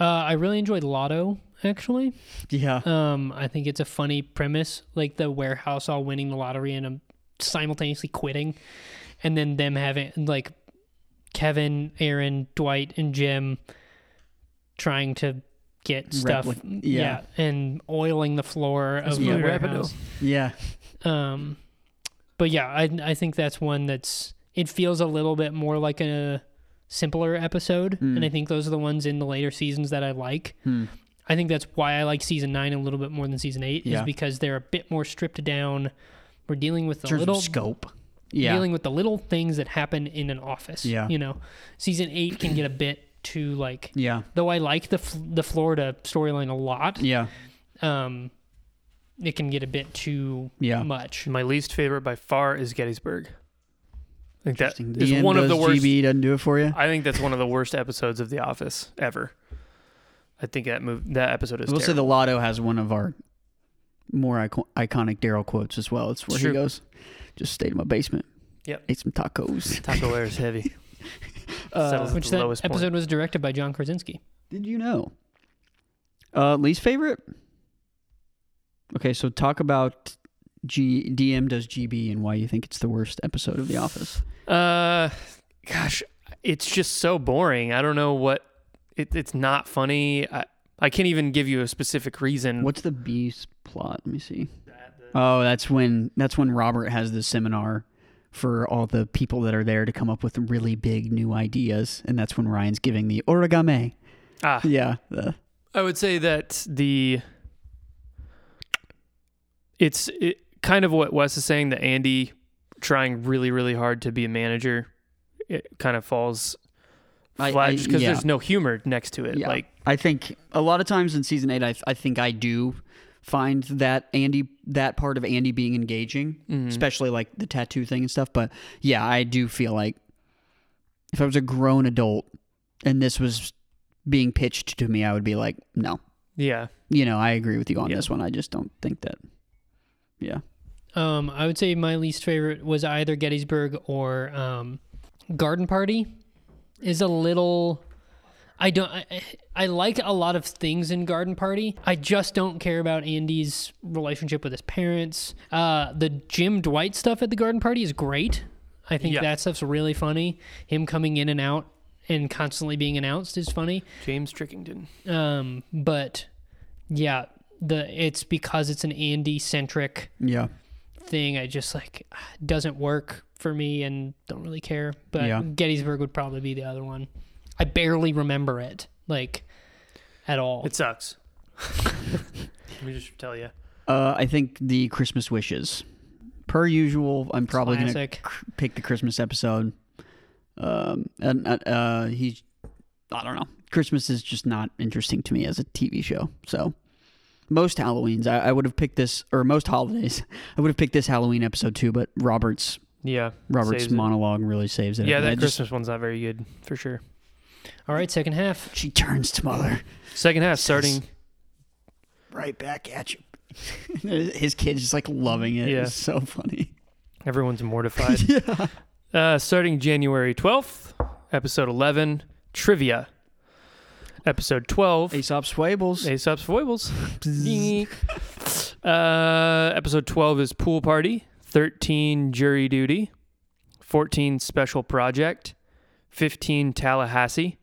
S2: Uh, I really enjoyed Lotto actually.
S1: yeah
S2: Um, I think it's a funny premise, like the warehouse all winning the lottery and um, simultaneously quitting, and then them having like Kevin, Aaron, Dwight, and Jim trying to get stuff,
S1: Repli- yeah.
S2: and oiling the floor of
S3: really
S2: the
S3: rapid,
S2: warehouse.
S1: yeah
S2: Um, but yeah, I I think that's one that's it feels a little bit more like a simpler episode, and I think those are the ones in the later seasons that I like.
S1: Hmm.
S2: I think that's why I like season nine a little bit more than season eight,
S1: Yeah.
S2: is because they're a bit more stripped down. We're dealing with
S1: in
S2: the
S1: terms
S2: little
S1: of scope yeah
S2: dealing with the little things that happen in an office.
S1: Yeah.
S2: you know, season eight can get a bit too like.
S1: yeah
S2: Though I like the F- the Florida storyline a lot,
S1: yeah
S2: um, it can get a bit too
S1: Yeah.
S2: much.
S3: My least favorite by far is Gettysburg. I think that
S1: Interesting.
S3: is
S1: Deanne
S3: one of the
S1: does
S3: worst.
S1: GB doesn't do it for you.
S3: I think that's one of the worst episodes of The Office ever. I think that move that episode is.
S1: We'll say
S3: terrible.
S1: the Lotto has one of our more icon- iconic Daryl quotes as well. It's where
S3: True.
S1: he goes, "Just stayed in my basement,
S3: Yep.
S1: ate some tacos."
S3: Taco Air is heavy. Settles at
S2: Uh, which
S3: the
S2: that
S3: lowest point.
S2: episode was directed by John Krasinski.
S1: Did you know? Uh, least favorite. Okay, so talk about G- DM does GB and why you think it's the worst episode of The Office.
S3: Uh, gosh, it's just so boring. I don't know what. It, it's not funny. I, I can't even give you a specific reason.
S1: What's the B's plot? Let me see. Oh, that's when that's when Robert has the seminar for all the people that are there to come up with really big new ideas, and that's when Ryan's giving the origami.
S3: Ah,
S1: Yeah, the-
S3: I would say that the it's it, kind of what Wes is saying that Andy trying really really hard to be a manager it kind of falls
S1: I-
S3: flat
S1: I-
S3: just because
S1: yeah.
S3: there's no humor next to it
S1: yeah.
S3: like
S1: I think a lot of times in season eight, I, I think I do find that Andy that part of Andy being engaging,
S3: Mm-hmm.
S1: especially like the tattoo thing and stuff. But yeah, I do feel like if I was a grown adult and this was being pitched to me, I would be like, no,
S3: yeah
S1: you know, I agree with you on
S3: Yeah.
S1: this one. I just don't think that. Yeah.
S2: Um, I would say my least favorite was either Gettysburg or um, Garden Party. Is a little. I don't. I, I like a lot of things in Garden Party. I just don't care about Andy's relationship with his parents. Uh, the Jim Dwight stuff at the Garden Party is great. I think
S3: Yeah.
S2: that stuff's really funny. Him coming in and out and constantly being announced is funny.
S3: James Trickington
S2: Um, but yeah, the it's because it's an Andy centric
S1: Yeah.
S2: thing. I just like doesn't work for me and don't really care. But
S1: Yeah.
S2: Gettysburg would probably be the other one. I barely remember it like at all.
S3: it
S1: *laughs*
S3: sucks let me just tell you
S1: Uh, I think the Christmas wishes. Per usual, I'm probably going to
S2: classic.
S1: cr- pick the Christmas episode. Um, and uh, uh, he, I don't know. Christmas is just not interesting to me as a TV show. So most Halloweens, I, I would have picked this, or most holidays, *laughs* I would have picked this Halloween episode too. But Robert's
S3: yeah
S1: Robert's
S3: saves it.
S1: monologue really saves it.
S3: yeah
S1: I
S3: that
S1: just-
S3: Christmas one's not very good for sure
S2: All right, second half.
S1: she turns to mother
S3: second half
S1: Says-
S3: starting
S1: right back at you. *laughs* His kid's just like loving it.
S3: Yeah.
S1: It's so funny. *laughs*
S3: everyone's mortified *laughs* Uh, starting January 12th, episode 11, Trivia. Episode 12,
S1: Aesop's Fables.
S3: Aesop's Foibles. uh, episode 12 is Pool Party. 13, Jury Duty. 14, Special Project. 15, Tallahassee.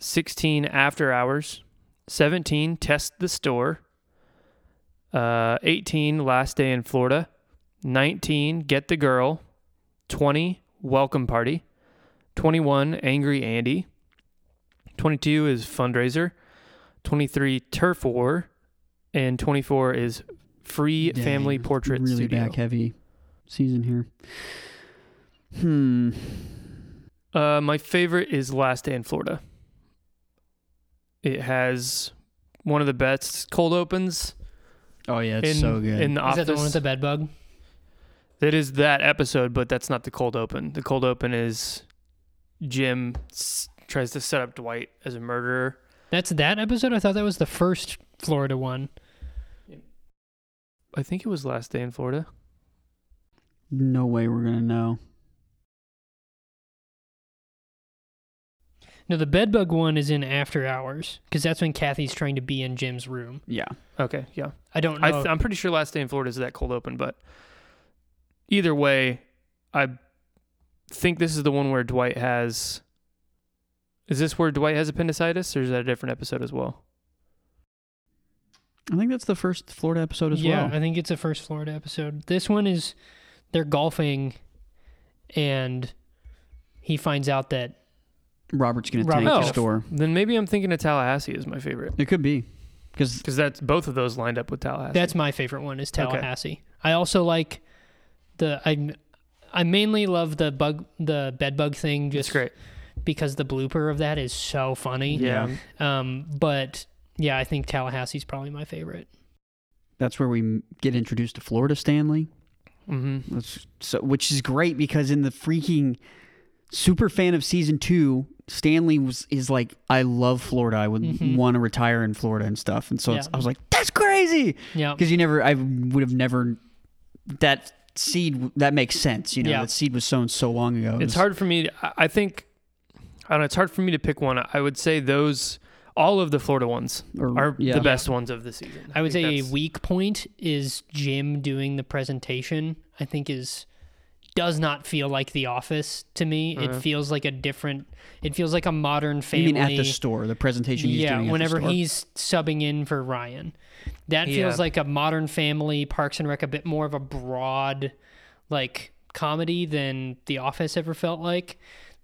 S3: 16, After Hours. 17, Test the Store. Uh, 18, Last Day in Florida. 19, Get the Girl. 20, Welcome Party. 21, Angry Andy. 22 is Fundraiser. 23, Turf War. and 24 is Free
S1: Dang,
S3: Family Portrait
S1: really
S3: Studio.
S1: back heavy season here. Hmm.
S3: Uh, my favorite is Last Day in Florida. It has one of the best cold opens
S1: Oh yeah, it's
S3: in,
S1: so good.
S3: in the
S2: Is
S3: office.
S2: that the one with the bed bug?
S3: that is that episode, but that's not the cold open. The cold open is Jim s- tries to set up Dwight as a murderer.
S2: That's that episode. I thought that was the first Florida one.
S3: I think it was Last Day in Florida.
S1: no way we're gonna know.
S2: No, the bed bug one is in After Hours because that's when Kathy's trying to be in Jim's room.
S1: Yeah.
S3: Okay, yeah.
S2: I don't know.
S3: I th- I'm pretty sure Last Day in Florida is that cold open, but either way, I think this is the one where Dwight has. Is this where Dwight has appendicitis, or is that a different episode as well?
S1: I think that's the first Florida episode as
S2: yeah,
S1: well.
S2: I think it's the first Florida episode. This one is they're golfing, and he finds out that
S1: Robert's gonna
S2: Robert's
S1: tank the
S2: gonna-
S1: store.
S3: Then maybe I'm thinking of Tallahassee is my favorite
S1: It could be, because
S3: because that's both of those lined up with Tallahassee.
S2: That's my favorite one is Tallahassee. I also like the I I mainly love the bug the bed bug thing
S3: it's
S2: just
S3: great.
S2: because the blooper of that is so funny.
S1: Yeah.
S2: Um but yeah, I think Tallahassee's probably my favorite.
S1: that's where we m- get introduced to Florida Stanley.
S3: hmm
S1: That's so, which is great because in the freaking super fan of season two, Stanley was is like, I love Florida. I would
S3: Mm-hmm.
S2: Mhm.
S1: want to retire in Florida and stuff. And so it's,
S2: Yeah.
S1: I was like, that's crazy
S2: Yeah.
S1: because you never, I would have never that seed that makes sense. You know,
S2: Yeah.
S1: that seed was sown so long ago. It was-
S3: It's hard for me. To, I- I think I don't know. It's hard for me to pick one. I would say those. All of the Florida ones
S1: or-
S3: are
S1: Mm, yeah.
S3: the best ones of the season.
S2: I would
S3: think
S2: say a
S3: that's-
S2: weak point is Jim doing the presentation. I think is does not feel like The Office to me.
S3: Uh-huh.
S2: It feels like a different. It feels like a modern
S1: You
S2: family.
S1: mean at the store, the presentation he's
S2: yeah,
S1: doing at the
S2: whenever
S1: store.
S2: he's subbing in for Ryan, that
S3: Yeah.
S2: feels like a Modern Family, Parks and Rec, a bit more of a broad, like comedy than The Office ever felt like.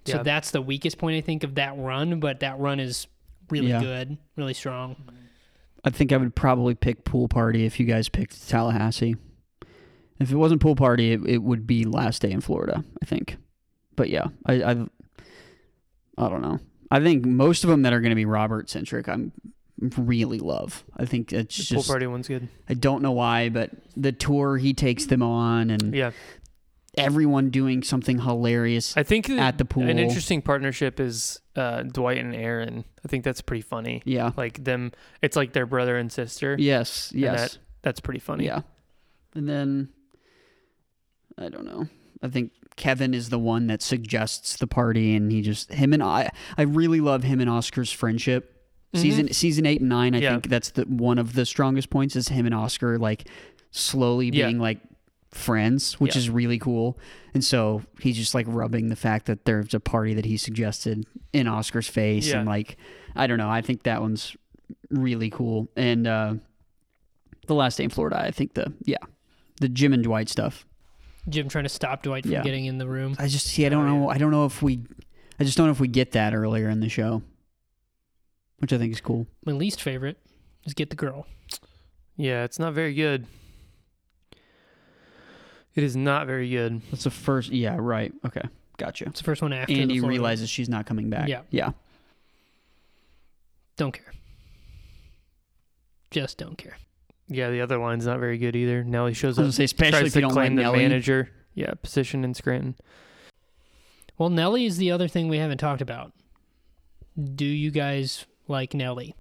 S2: So
S3: Yeah.
S2: that's the weakest point I think of that run, but that run is really
S1: Yeah.
S2: good, really strong.
S1: I think I would probably pick Pool Party if you guys picked Tallahassee. If it wasn't Pool Party, it, it would be Last Day in Florida, I think. But yeah, I I, I don't know. I think most of them that are going to be Robert centric, I'm really love. I think it's
S3: The pool
S1: just
S3: party one's good.
S1: I don't know why, but the tour he takes them on and
S3: Yeah,
S1: everyone doing something hilarious.
S3: I think
S1: At the pool.
S3: An interesting partnership is uh, Dwight and Aaron. I think that's pretty funny.
S1: yeah.
S3: Like them, it's like their brother and sister.
S1: Yes. Yes.
S3: that- That's pretty funny.
S1: Yeah. And then I don't know. I think Kevin is the one that suggests the party and he just him and I I really love him and Oscar's friendship. Season season 8 and 9 I
S3: Mm-hmm. Yeah.
S1: think that's the one of the strongest points is him and Oscar like slowly
S3: Yeah.
S1: being like friends, which
S3: Yeah.
S1: is really cool. And so he's just like rubbing the fact that there's a party that he suggested in Oscar's face
S3: Yeah.
S1: and like I don't know, I think that one's really cool. And uh the last day in Florida, I think the yeah, the Jim and Dwight stuff.
S2: Jim trying to stop Dwight from
S1: Yeah.
S2: getting in the room.
S1: I just see. I don't
S3: Oh,
S1: know.
S3: yeah.
S1: I don't know if we. I just don't know if we get that earlier in the show, which I think is cool.
S2: My least favorite is Get the Girl.
S3: Yeah, it's not very good. It is not very good.
S1: That's the first. Yeah. Right. Okay. Gotcha.
S2: It's the first one after. the
S1: Andy
S2: Florida.
S1: realizes she's not coming back.
S2: Yeah.
S1: Yeah.
S2: Don't care. Just don't care.
S3: Yeah, the other line's not very good either. Nelly
S1: I was
S3: shows up,
S1: gonna say, especially
S3: tries
S1: if you
S3: to
S1: don't like
S3: claim the
S1: Nelly.
S3: manager. Yeah, position in Scranton.
S2: Well, Nelly is the other thing we haven't talked about. Do you guys like Nelly?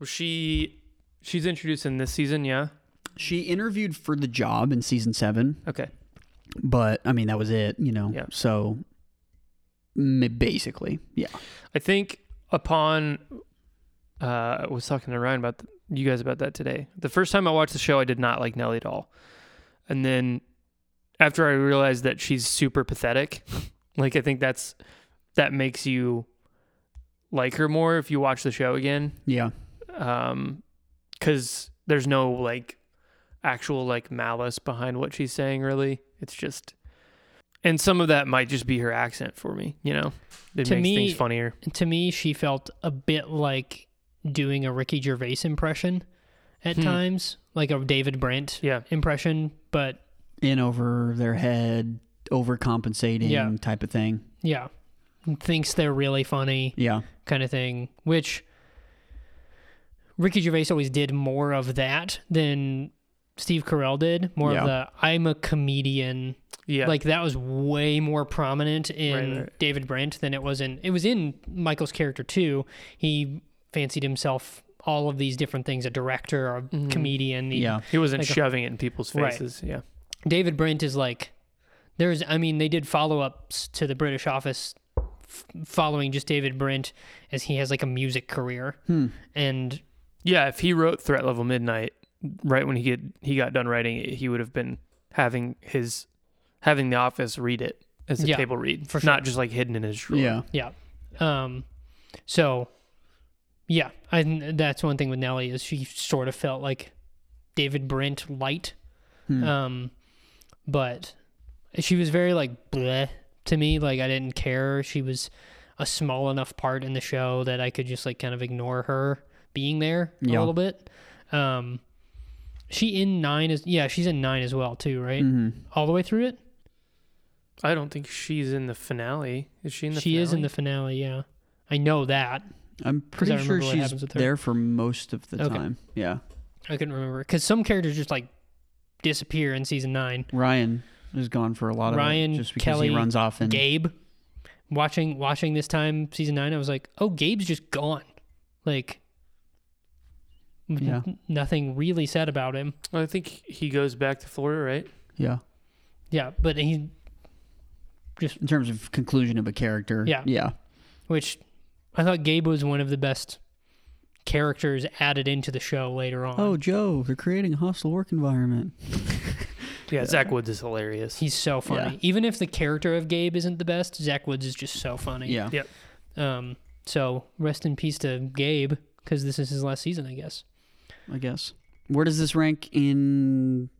S3: Well, she she's introduced in this season. Yeah.
S1: She interviewed for the job in season seven,
S3: Okay.
S1: but I mean that was it. You know.
S3: Yeah.
S1: So. m- Basically, yeah.
S3: I think upon uh, I was talking to Ryan about th- you guys about that today. The first time I watched the show, I did not like Nellie at all, and then after I realized that she's super pathetic, *laughs* like I think that's that makes you like her more if you watch the show again,
S1: Yeah.
S3: because um, there's no like actual like malice behind what she's saying. Really, it's just. And some of that might just be her accent for me, you know. It
S2: To
S3: makes
S2: me-
S3: things funnier.
S2: To me, she felt a bit like doing a Ricky Gervais impression at
S3: Hmm.
S2: times, like a David Brent
S3: Yeah.
S2: impression. But
S1: in over their head, overcompensating
S2: Yeah.
S1: type of thing.
S2: yeah, thinks they're really funny.
S1: Yeah.
S2: kind of thing, which Ricky Gervais always did more of that than Steve Carell did. More
S1: Yeah.
S2: of the I'm a comedian.
S3: Yeah.
S2: Like that was way more prominent in
S3: Right, right.
S2: David Brent than it was in it was in Michael's character too. He fancied himself all of these different things, a director, a
S3: Mm-hmm.
S2: comedian. He-
S1: Yeah.
S3: he wasn't
S2: like a-
S3: shoving it in people's
S2: Right.
S3: faces. Yeah.
S2: David Brent is like there's I mean they did follow-ups to the British office f- following just David Brent as he has like a music career. And
S3: Yeah, if he wrote Threat Level Midnight right when he get, he got done writing it, he would have been having his having the office read it as a
S2: Yeah,
S3: table read,
S2: for
S3: not
S2: sure.
S3: just like hidden in his drawer.
S1: Yeah.
S2: Yeah. Um, so, yeah, I, that's one thing with Nelly is she sort of felt like David Brent light.
S1: Hmm. Mm.
S2: Um, but she was very like bleh to me. Like I didn't care. She was a small enough part in the show that I could just like kind of ignore her being there a
S1: Yeah.
S2: little bit. Um, she in nine is yeah she's in nine as well too right
S1: Mm. Mm-hmm.
S2: all the way through it
S3: I don't think she's in the finale. Is she in the
S2: she
S3: finale?
S2: is in the finale yeah I know that
S1: I'm
S2: I
S1: pretty
S2: remember
S1: sure
S2: what
S1: she's
S2: happens with her.
S1: there for most of the
S2: Okay.
S1: time. Yeah.
S2: I couldn't remember because some characters just like disappear in season nine.
S1: Ryan is gone for a lot of
S2: Ryan,
S1: it just because
S2: Kelly,
S1: he runs off and
S2: Gabe, watching watching this time season nine, I was like, oh, Gabe's just gone. Like, n-
S1: Yeah.
S2: nothing really said about him.
S3: I think he goes back to Florida, right?
S1: yeah.
S2: Yeah, but he,
S1: In terms of conclusion of a character.
S2: Yeah.
S1: Yeah.
S2: which I thought Gabe was one of the best characters added into the show later on.
S1: Oh, Joe, they're creating a hostile work environment.
S3: Yeah, Zach Woods is hilarious.
S2: He's so funny.
S1: Yeah.
S2: Even if the character of Gabe isn't the best, Zach Woods is just so funny.
S1: Yeah.
S3: Yeah.
S2: Um. So rest in peace to Gabe because this is his last season, I guess.
S1: I guess. Where does this rank in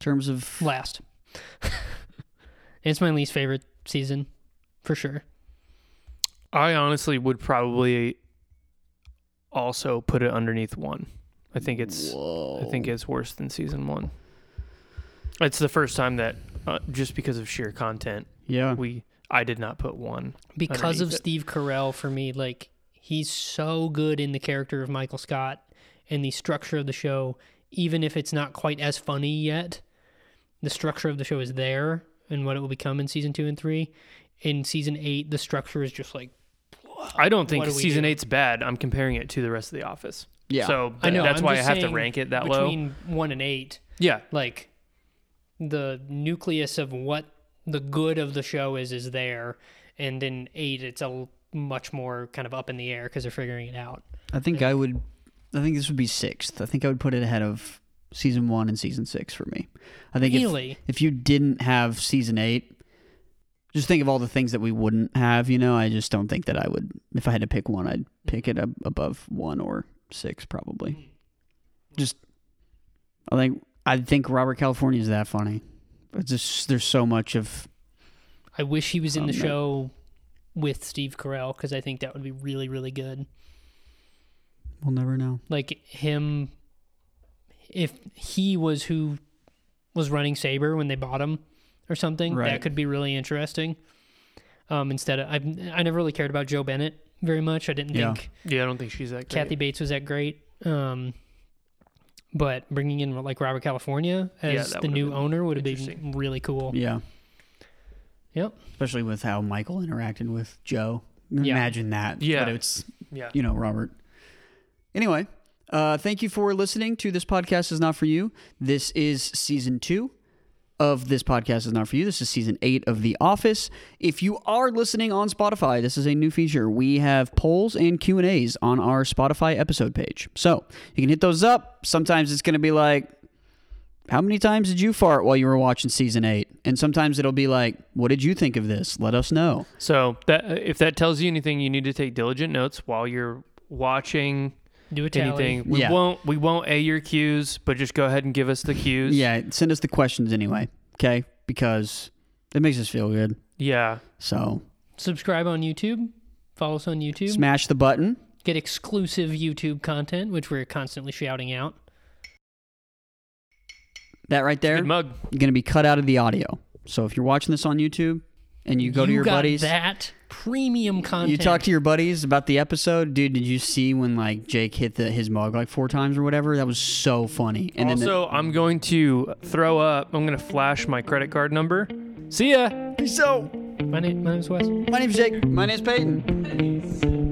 S1: terms of
S2: last. *laughs* it's my least favorite season, for sure.
S3: I honestly would probably also put it underneath one. I think it's I think it's worse than season one. It's the first time that uh, just because of sheer content,
S1: Yeah.
S3: we I did not put one.
S2: Because of
S3: Underneath it.
S2: Steve Carell, for me, like he's so good in the character of Michael Scott and the structure of the show, even if it's not quite as funny yet. The structure of the show is there and what it will become in season two and three. In season eight, the structure is just like
S3: I don't think
S2: What do we
S3: season
S2: do?
S3: eight's bad. I'm comparing it to the rest of the Office.
S1: Yeah.
S3: So
S2: I know
S3: that's
S2: I'm
S3: why I
S2: just
S3: have to
S2: saying
S3: rank it that low.
S2: between one and eight.
S3: Yeah.
S2: like the nucleus of what the good of the show is is there and in eight it's a l- much more kind of up in the air because they're figuring it out
S1: I think I would. I think this would be sixth. I think I would put it ahead of season one and season six for me. I think
S2: Really?
S1: if, if you didn't have season eight, just think of all the things that we wouldn't have. You know, I just don't think that I would. If I had to pick one, I'd pick it up above one or six probably. Just, I think I think Robert California is that funny. It's just there's so much of
S2: i wish he was in
S1: Oh,
S2: the
S3: Um,
S1: no.
S2: show with steve carell because i think that would be really really good
S1: we'll never know.
S2: like him if he was who was running saber when they bought him or something
S1: Right.
S2: that could be really interesting um instead of i i never really cared about joe bennett very much i didn't
S1: Yeah.
S2: think
S3: Yeah, I don't think she's that great.
S2: Kathy Bates was that great. Um, but bringing in like Robert California
S3: Yeah,
S2: as
S3: that
S2: the
S3: would've
S2: new
S3: been
S2: owner would have been
S3: interesting.
S2: really cool.
S1: Yeah.
S2: Yep.
S1: Especially with how Michael interacted with Joe.
S2: Yeah.
S1: Imagine that.
S3: Yeah.
S1: But it's
S3: Yeah.
S1: you know, Robert. Anyway, uh, thank you for listening to This Podcast Is Not For You. This is season two of This Podcast Is Not For You. This is season eight of The Office. If you are listening on Spotify, this is a new feature. We have polls and Q&As on our Spotify episode page. So you can hit those up. Sometimes it's going to be like, how many times did you fart while you were watching season eight? And sometimes it'll be like, what did you think of this? Let us know.
S3: So that if that tells you anything, you need to take diligent notes while you're watching
S2: Do a tally.
S3: anything. We
S1: Yeah.
S3: won't we won't a your cues, but just go ahead and give us the cues.
S1: Yeah, send us the questions anyway, okay? Because it makes us feel good.
S3: Yeah.
S1: So
S2: Subscribe on YouTube. Follow us on YouTube.
S1: smash the button.
S2: Get exclusive YouTube content, which we're constantly shouting out.
S1: That right there,
S3: Good mug.
S1: going to be cut out of the audio. So if you're watching this on YouTube and you go to
S2: You
S1: your
S2: got
S1: buddies,
S2: that premium content.
S1: you talk to your buddies about the episode, dude. Did you see when like Jake hit the, his mug like four times or whatever? That was so funny. And then the-
S3: also, I'm going to throw up. I'm going to flash my credit card number. See ya.
S1: so
S2: My name, my name's Wes.
S1: my name's Jake. My name's Peyton.